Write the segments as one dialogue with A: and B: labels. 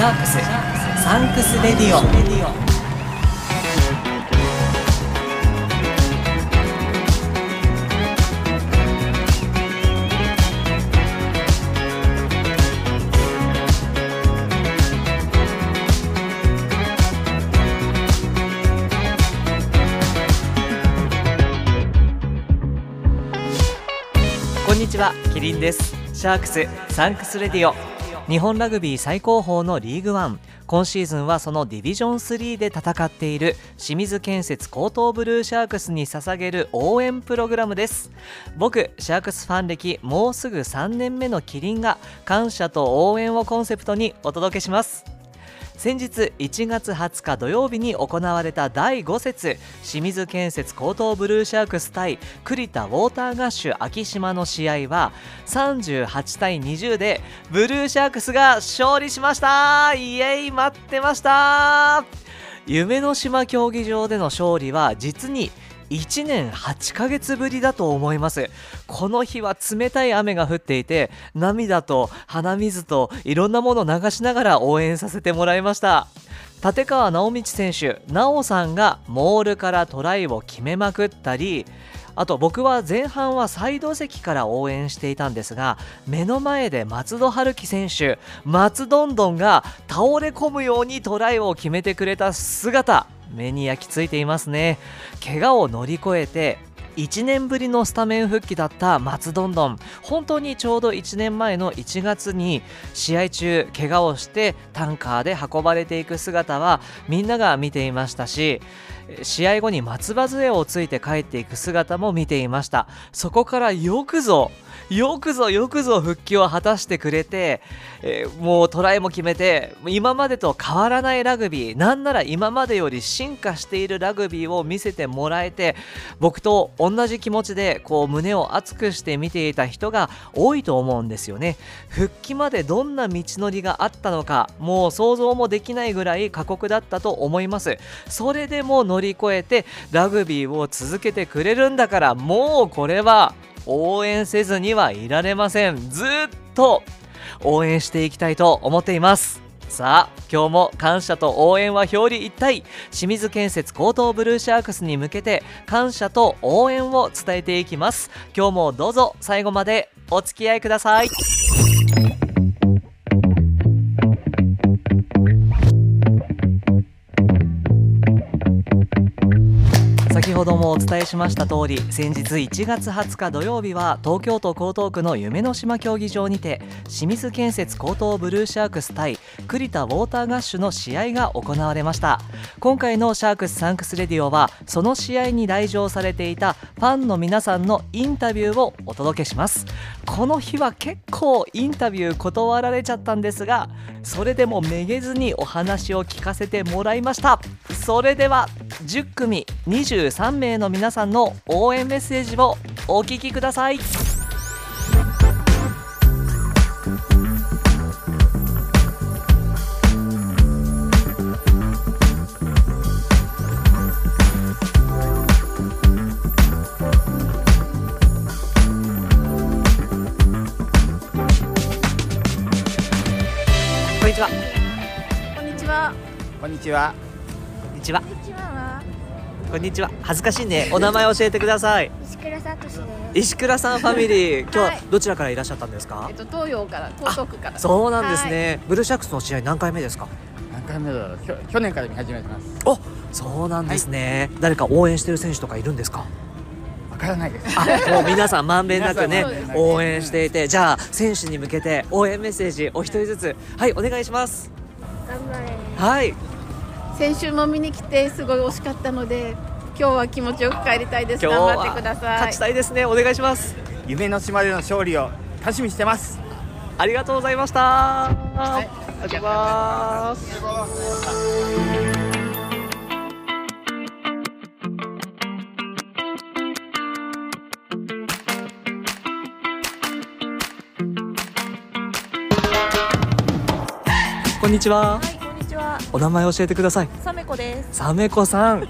A: ャークスサンクスレディオこんにちはキリンですシャークスサンクスレディオ日本ラグビー最高峰のリーグワン今シーズンはそのディビジョン3で戦っている清水建設高等ブルーシャークスに捧げる応援プログラムです僕シャークスファン歴もうすぐ3年目のキリンが感謝と応援をコンセプトにお届けします先日1月20日土曜日に行われた第5節清水建設高等ブルーシャークス対栗田ウォーターガッシュ昭島の試合は38対20でブルーシャークスが勝利しましたイエイ待ってました夢の島競技場での勝利は実に1年8ヶ月ぶりだと思いますこの日は冷たい雨が降っていて涙と鼻水といろんなものを流しながら応援させてもらいました立川直道選手奈緒さんがモールからトライを決めまくったりあと僕は前半はサイド席から応援していたんですが目の前で松戸春樹選手松どんどんが倒れ込むようにトライを決めてくれた姿目に焼き付いていますね怪我を乗り越えて1年ぶりのスタメン復帰だった松どんどん本当にちょうど1年前の1月に試合中怪我をしてタンカーで運ばれていく姿はみんなが見ていましたし試合後に松葉杖をついて帰っていく姿も見ていましたそこからよくぞよくぞよくぞ復帰を果たしてくれて、えーもうトライも決めて今までと変わらないラグビーなんなら今までより進化しているラグビーを見せてもらえて僕と同じ気持ちでこう胸を熱くして見ていた人が多いと思うんですよね復帰までどんな道のりがあったのかもう想像もできないぐらい過酷だったと思いますそれでも乗り越えてラグビーを続けてくれるんだからもうこれは応援せずにはいられませんずっと応援していきたいと思っていますさあ今日も感謝と応援は表裏一体清水建設高等ブルーシャークスに向けて感謝と応援を伝えていきます今日もどうぞ最後までお付き合いください先ほどもお伝えしました通り先日1月20日土曜日は東京都江東区の夢の島競技場にて清水建設高等ブルーシャークス対栗田ウォーターガッシュの試合が行われました今回の「シャークスサンクスレディオは」その試合に来場されていたファンの皆さんのインタビューをお届けしますこの日は結構インタビュー断られちゃったんですがそれでもめげずにお話を聞かせてもらいましたそれでは10組23名の皆さんの応援メッセージをお聞きくださいこんにちは
B: こんにちは。
C: こんにちは。
A: こんにちは
B: こんにちは。
A: こんにちは恥ずかしいねお名前教えてください
B: 石倉聡です。
A: 石倉さんファミリー今日は
B: はい
A: どちらからいらっしゃったんですか、
B: えっと東洋から江東区から。
A: そうなんですね、ブルーシャークスの試合何回目ですか
C: 何回目だろう。きょ去年から見始めてます。
A: おそうなんですね、誰か応援してる選手とかいるんですか
C: わからないです。
A: あもう皆さんまんべんなくね
B: 皆さんそうです
C: ね
A: 応援していてじゃあ選手に向けて応援メッセージお一人ずつはいお願いしますはい
B: はい。先週も見に来てすごい惜しかったので、今日は気持ちよく帰りたいです。
A: 今
B: 頑
A: 日
B: 張っ
A: は
B: てくださ
A: 勝
B: い
A: ち。たいですねお願いします
C: 夢の島での勝利を楽しみにしてます。
A: ありがとうございました、はい、ありがとうございますこんにちは
D: はい、こんにちは。
A: お名前教えてください
D: サメコです。
A: サメ子さん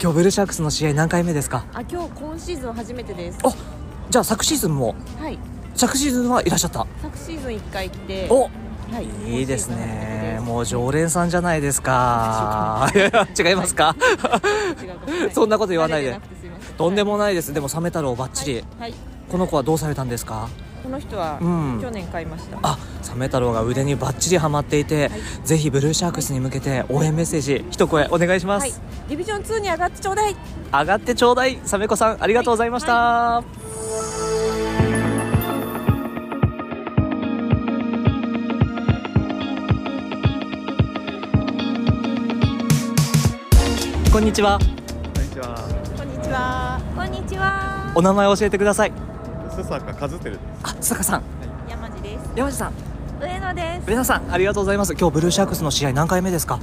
A: 今日ブルーシャークスの試合何回目ですか
D: あ、今日今シーズン初めてです。
A: おじゃあ昨シーズンも
D: はい。
A: 昨シーズンはいらっしゃった
D: 昨シーズン一回来て、
A: お
D: はい。
A: いいです
D: 今シーズン初めて
A: ね
D: です
A: もう常連さんじゃないで すか違いますか、
D: 違うかもしれい
A: そんなこと言わないで
D: 慣れてくてすいません
A: とんでもないですでも冷め太郎バッチリ、
D: はい。はい
A: この子はどうされたんですか
D: この人は
A: うん
D: 去年買いました。
A: あサメ太郎が腕にバッチリハマっていて、ぜひブルーシャークスに向けて応援メッセージ一声お願いしま
D: はい
A: す、。
D: ディビジョン2に上がってちょうだい。
A: 上がってちょうだいサメ子さんありがとうございました、こんにちは
E: こんにちは。
D: こんにちは。こんにちは。
A: お名前教えてください
E: 須坂和輝です。
A: あ坂さん
D: 山地です。
A: 山下さん
D: 上野です。
A: 上田さんありがとうございます今日ブルーシャークスの試合何回目ですか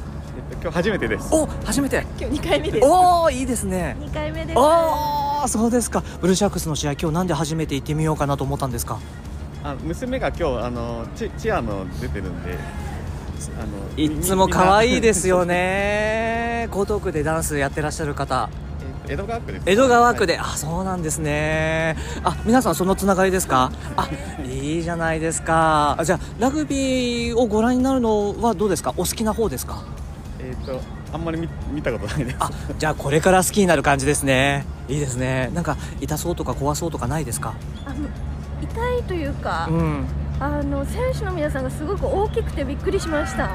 E: えっと今日初めてです。
A: お初めて
D: 今日2回目です。
A: おーいいですね
D: 2回目です。
A: おーそうですかブルーシャークスの試合今日なんで初めて行ってみようかなと思ったんですか
E: あ娘が今日あのチチアの出てるんで、あの
A: いつも可愛いですよ。
E: みんな
A: ね 江東区でダンスやってらっしゃる方
E: えっと 江戸川区です。
A: 江戸川区で、
E: はい。
A: あそうなんですねあ皆さんそのつながりですかあいいじゃないですかあじゃあラグビーをご覧になるのはどうですかお好きな方ですか
E: えっとあんまり見見たことないです。
A: あじゃあこれから好きになる感じですねいいですねなんか痛そうとか怖そうとかないですか
F: あの痛いというか、
A: ん
F: あの選手の皆さんがすごく大きくてびっくりしました。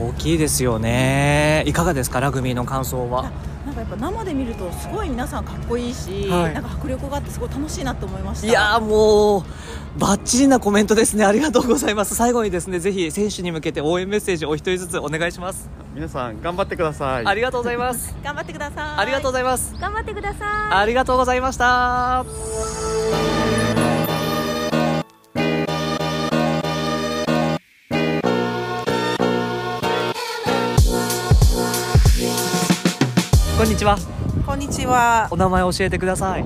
A: 大きいですよねいかがですかラグビーの感想は
G: なんかやっぱ生で見るとすごい皆さんかっこいいし、
A: はい
G: なんか迫力があってすごい楽しいなと思いました。
A: いやーもうバッチリなコメントですねありがとうございます最後にですねぜひ選手に向けて応援メッセージお一人ずつお願いします、
E: 皆さん頑張ってください。
A: ありがとうございます
G: 頑張ってください。
A: ありがとうございます
F: 頑張ってください。
A: ありがとうございましたこんにちは
G: こんにちは
A: お。名前教えてください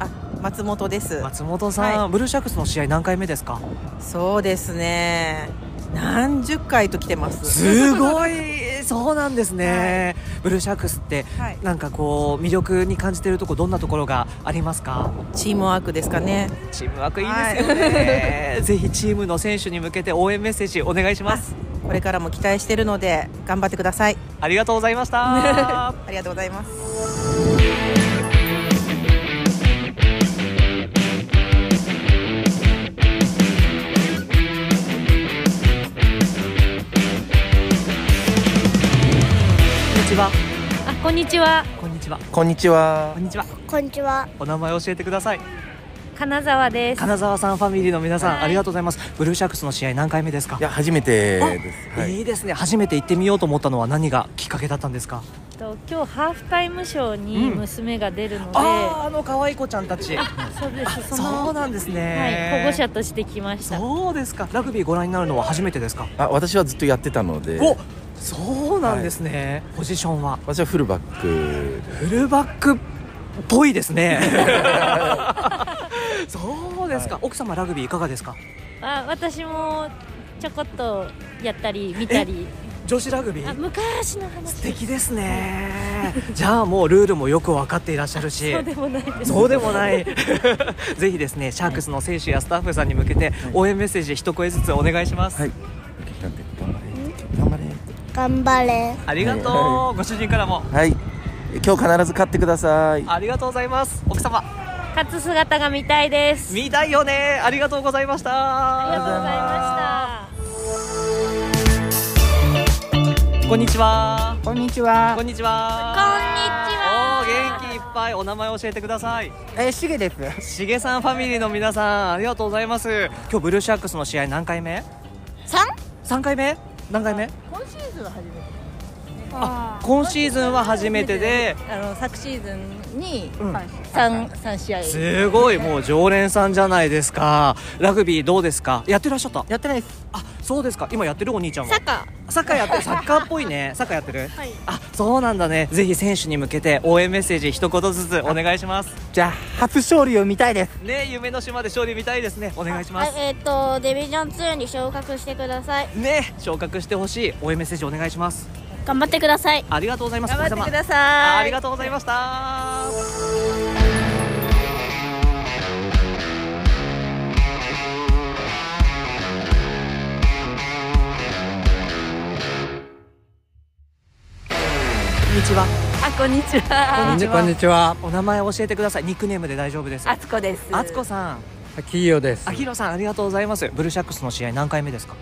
G: あ、松本です。
A: 松本さん、
G: は
A: ブルーシャークスの試合何回目ですか
G: そうですね。何十回と来てます。
A: すごいそうなんですね、ブルーシャークスって、
G: はい
A: なんかこう魅力に感じてるとこどんなところがありますか
G: チームワークですかね。
A: チームワークいいですよね、 ぜひチームの選手に向けて応援メッセージお願いします
G: これからも期待してるので頑張ってください。
A: ありがとうございました
G: ありがとうございます。
A: こんにちは
F: あこんにちは。
A: こんにちは
H: こんにちは
A: こん。にちは
F: こんにちは。
A: お名前教えてください
F: 金沢です。
A: 金沢さんファミリーの皆さん、
F: はい
A: ありがとうございますブルーシャークスの試合何回目ですか
H: いや、初めてです。
A: あ、
H: はいい。
A: いですね初めて行ってみようと思ったのは何がきっかけだったんですか
F: と今日ハーフタイムショーに
A: うん
F: 娘が出るので、
A: あーあの可愛い子ちゃんたち
F: そうです。その
A: そうなんですね、
F: はい保護者として来ました。
A: そうですか。ラグビーご覧になるのは初めてですか。
H: あ、私はずっとやってたので。
A: お、そうなんですね。ポジションは
H: 私はフルバック。
A: フルバックっぽいです ね。そうですか、奥様ラグビーいかがですか。
F: あ私もちょこっとやったり見たり。
A: 女子ラグビ
F: あ
A: ー。
F: 昔の
A: 素
F: 話。
A: 敵ですね。じゃあもうルールもよく分かっていらっしゃるし。
F: そうでもないです。
A: そうでもない。 ぜひですね、シャークスの選手やスタッフさんに向けて応援メッセージ一声ずつお願いします。
H: はい。なんで頑張れ。頑張れ。
A: ありがとう、ご主人からも
H: はい。今日必ず買ってください。
A: ありがとうございます。奥様。
F: 勝つ姿が見たいです。
A: 見たいよねありがとうございました
F: ありがとうございました。
A: こんにちは
C: こんにちは
A: こんにち
F: こんにち
A: はおー
F: は。
A: 元気いっぱいお名前教えてください
C: えー、しげです
A: しげさんファミリーの皆さんありがとうございます今日ブルーシャークスの試合何回目
F: 三？
A: 三回目何回目今シーズンは初めてあ今シーズンは初めてで
D: あの昨シーズンに
A: うん
D: 三三試合。
A: すごいもう常連さんじゃないですかラグビーどうですかやってらっしゃった
C: やってないです
A: あそうですか今やってるお兄ちゃんは
D: サッカ
A: サッカーやってるサッカーっぽ いねサッカーやってる
D: はい
A: あそうなんだねぜひ選手に向けて応援メッセージ一言ずつお願いします
C: じゃあ初勝利を見たいです
A: ね夢の島で勝利見たいですねお願いします
I: えっ、とディビジョン2に昇格してください
A: ね昇格してほしい応援メッセージお願いします
I: 頑張ってください
A: ありがとうございます
D: 頑張ってく
A: い
D: だ
A: あ
D: さい。
A: ありがとうございましたちは。
D: あこんにちは
A: こんにちは
J: こんにちは。
A: お名前教えてください。ニックネームで大丈夫です。
D: あつこです
A: あつこさん、
J: キーヨです。
A: あきろさん、ありがとうございます。ブルーシャックスの試合何回目ですか。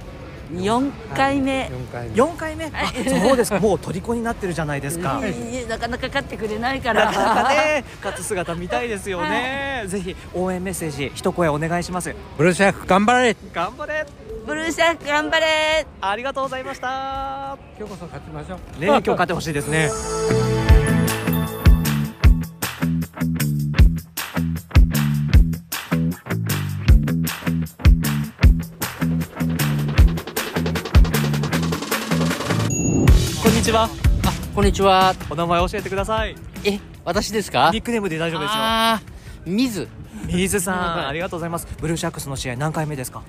D: 四回目
J: 四回目。
A: 四回目。あそうですか。もう虜になってるじゃないですか。
D: いえなかなか勝ってくれないか
A: なかなからね、勝つ姿見たいですよね。ぜひ応援メッセージ、一声お願いします。
J: ブルーシャーク頑張れ。
A: 頑張れ。
D: ブルーシャーク頑張れ
A: ありがとうございました。
J: 今日こそ勝ちましょう。
A: ね、今日勝ってほしいですね。こんにちは。
K: こんにちは。
A: お名前教えてください。
K: え、私ですか
A: ニックネームで大丈夫ですよ。
K: あー水。
A: ミーズさ ん、ありがとうございます。ブルーシャックスの試合何回目ですか。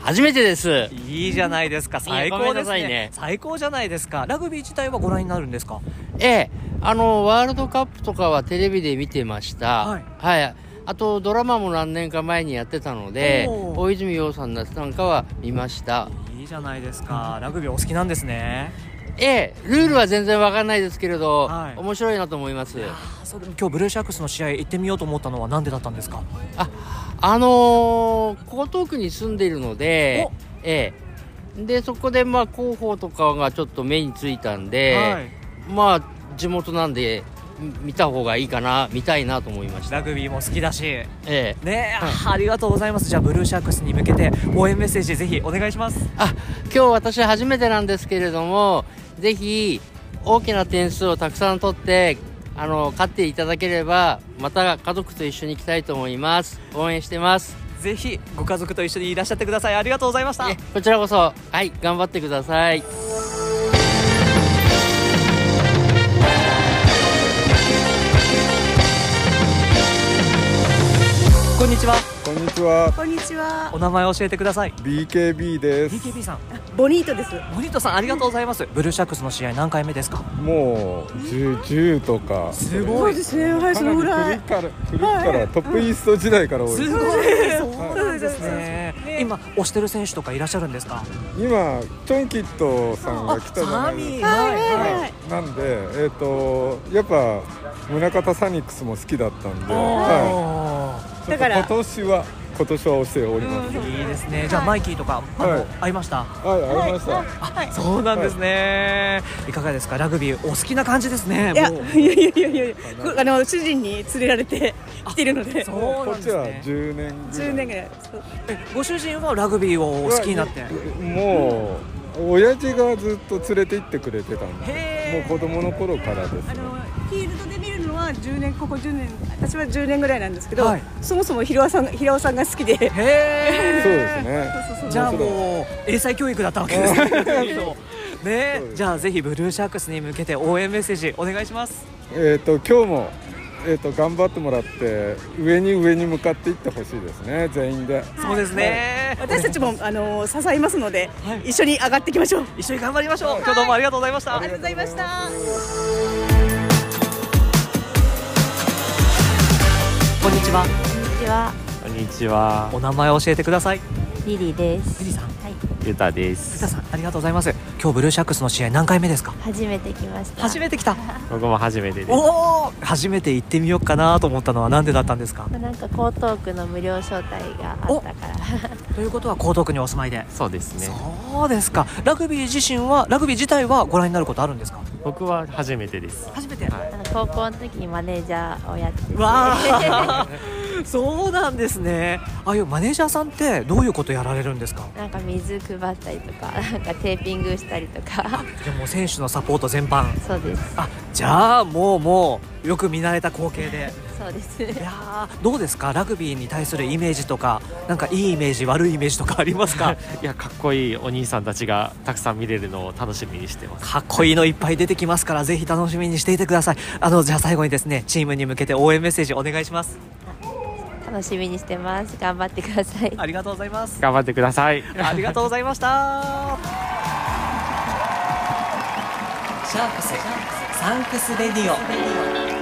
K: 初めてです。
A: いいじゃないですか。最
K: ごめ
A: 高
K: ん
A: で
K: な
A: す
K: さい
A: ね。
K: ね
A: 最高じゃないですか。ラグビー自体はご覧になるんですか。
K: ええ、あの、ワールドカップとかはテレビで見てました。
A: はい
K: あと、ドラマも何年か前にやってたので、
A: おー
K: 大泉洋さんのやつなんかは見ました。
A: いいじゃないですか。ラグビーお好きなんですね。
K: ええ、ルールは全然わかんないですけれど、
A: はい
K: 面白いなと思います。
A: あそうでも今日ブルーシャークスの試合行ってみようと思ったのはなんでだったんですか。
K: あのー、江東区に住んでいるので、ええ、で、そこで、まあ、広報とかがちょっと目についたんで、
A: はい。
K: まあ地元なんでみ見た方がいいかな見たいなと思いました
A: ラグビーも好きだし。ね
K: ええ
A: え、
K: はい
A: あありがとうございます。じゃあブルーシャークスに向けて応援メッセージぜひお願いします。
K: あ今日私初めてなんですけれどもぜひ大きな点数をたくさん取ってあの勝っていただければまた家族と一緒に行きたいと思います応援してます
A: ぜひご家族と一緒にいらっしゃってください。ありがとうございました。
K: えこちらこそはい頑張ってください
A: こんにちは。
E: こんにちは
G: こんにちは。
A: お名前教えてください。
E: BKB で
A: BKB さん、
G: ボニートです。
A: モニトさんありがとうござい ます。ブルーシャックスの試合何回目ですか。
E: もう10とか
A: す
G: そうですね。はい、そのぐらい。
E: から古からトップイースト時代から多
A: すごい。そうなんですね。今推してる選手とかいらっしゃるんですか。
E: 今チョンキットさんが来たじゃ
A: サ
E: な
A: ー
E: いです
A: ミー。
E: か
A: はいはい。
E: はい、なんで、えー、とやっぱ宗像サニックスも好きだったんで、は
A: お
E: い、だから今年は今年は推しております、
A: ーいいですね。じゃあマイキーとか
E: はい
A: あの会いました。
E: はいありました、
A: そうなんですね。いかがですかラグビーお好きな感じですね。
G: いや、
A: もう
G: いやいやいやいやいや、こあの主人に連れられて来てるので、
A: そう
E: こ
A: な
E: っ
A: ん
E: ち
A: です
E: は
A: ね。
E: 10年ぐらい
G: 10年ぐらい。そう
A: えご主人はラグビーをお好きになって。
E: もう親父がずっと連れて行ってくれてたんでも
A: へ
E: う子供の頃からです
G: あ
E: ね
G: のフィールドで見るのは10年ここ10年私は10年ぐらいなんですけど、
A: はい
G: そもそも平尾さんが平尾さんが好きで
A: ーへー
E: そうですね
A: じゃあもう英才教育だったわけ ですね。ラグビーのね
E: そうです
A: じゃあぜひブルーシャークスに向けて応援メッセージお願いします。
E: えっ、と今日もえっ、と頑張ってもらって上に上に向かっていってほしいですね全員で
A: そうですね。
G: 私たちもあの支えますので、
A: はい
G: 一緒に上がっていきましょう。
A: 一緒に頑張りましょう。今日どうもありがとうございました。
G: がとうございました。
A: こんにちは。
F: こんにちは。
E: こんにちは
A: お名前を教えてください。
F: リリーです。
A: リリさん、
E: ゆたで
A: リ
E: す
A: タさん、ありがとうございます。今日ブルーシャックスの試合何回目ですか。
F: 初めて来ました。
A: 初めて来た。
E: 僕も初めてで
A: おお、初めて行ってみようかなと思ったのはなんでだったんですか。
F: なんか江東区の無料招待があったから。
A: ということは江東区にお住まいで。
K: そうです
A: そうですか。ラグビー自身はラグビー自体はご覧になることあるんですか。
K: 僕は初めてです
A: 初めて。
F: あの高校の時にマネージャーをやってて
A: わ あ、そうなんですね。ああいうマネージャーさんってどういうことやられるんですか。
F: なんか水配ったりとか、なんかテーピングしたりと か、
A: じゃあもう選手のサポート全般。
F: そうです。
A: あ、じゃあもうもうよく見慣れた光景で。
F: そうです。
A: いやーどうですかラグビーに対するイメージとかなんかいいイメージ悪いイメージとかあります か
K: いやかっこいいお兄さんたちがたくさん見れるのを楽しみにしてます
A: かっこいいのいっぱい出てきますからぜひ楽しみにしていてくださいあのじゃあ最後にですねチームに向けて応援メッセージお願いします
F: 楽しみにしてます。頑張ってください。
A: ありがとうございます
K: 頑張ってください
A: ありがとうございました。シャークス、サンクスレディオ。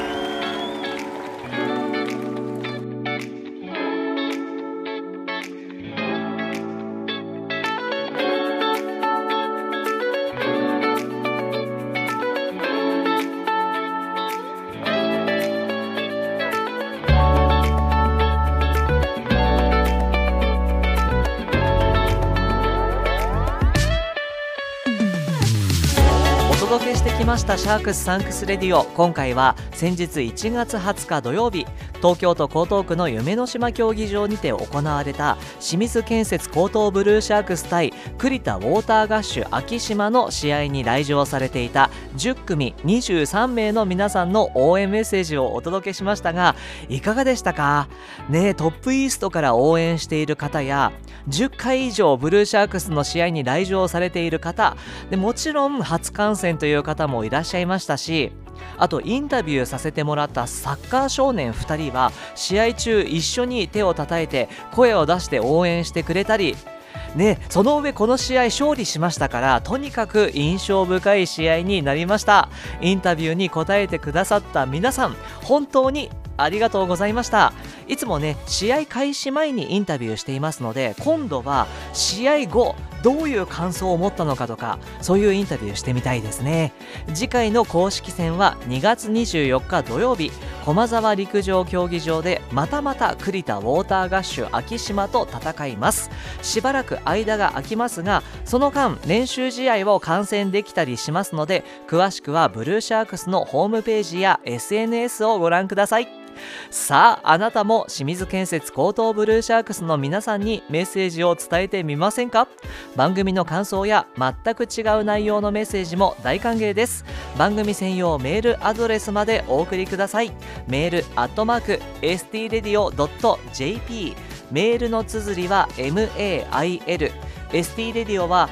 A: きましたシャークスサンクスレディオ今回は先日1月20日土曜日東京都江東区の夢の島競技場にて行われた清水建設高等ブルーシャークス対栗田ウォーターガッシュ昭島の試合に来場されていた10組23名の皆さんの応援メッセージをお届けしましたがいかがでしたかねえトップイーストから応援している方や10回以上ブルーシャークスの試合に来場されている方でもちろん初観戦という方もいらっしゃいましたしあとインタビューさせてもらったサッカー少年2人は試合中一緒に手を叩いて声を出して応援してくれたりね、その上この試合勝利しましたからとにかく印象深い試合になりましたインタビューに答えてくださった皆さん本当にありがとうございましたいつもね試合開始前にインタビューしていますので今度は試合後どういう感想を持ったのかとかそういうインタビューしてみたいですね次回の公式戦は2月24日土曜日駒沢陸上競技場でまたまた栗田ウォーターガッシュ昭島と戦いますしばらく間が空きますがその間練習試合を観戦できたりしますので詳しくはブルーシャークスのホームページや SNS をご覧くださいさああなたも清水建設高等ブルーシャークスの皆さんにメッセージを伝えてみませんか番組の感想や全く違う内容のメッセージも大歓迎です番組専用メールアドレスまでお送りくださいメールアットマーク stradio.jp メールの綴りは mail stradio は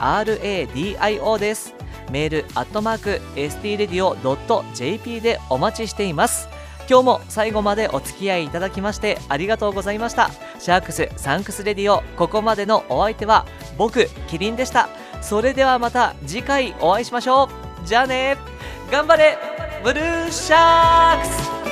A: stradio ですメールアットマーク stradio.jp でお待ちしています今日も最後までお付き合いいただきましてありがとうございましたシャークスサンクスレディオここまでのお相手は僕キリンでしたそれではまた次回お会いしましょうじゃあね頑張れブルーシャークス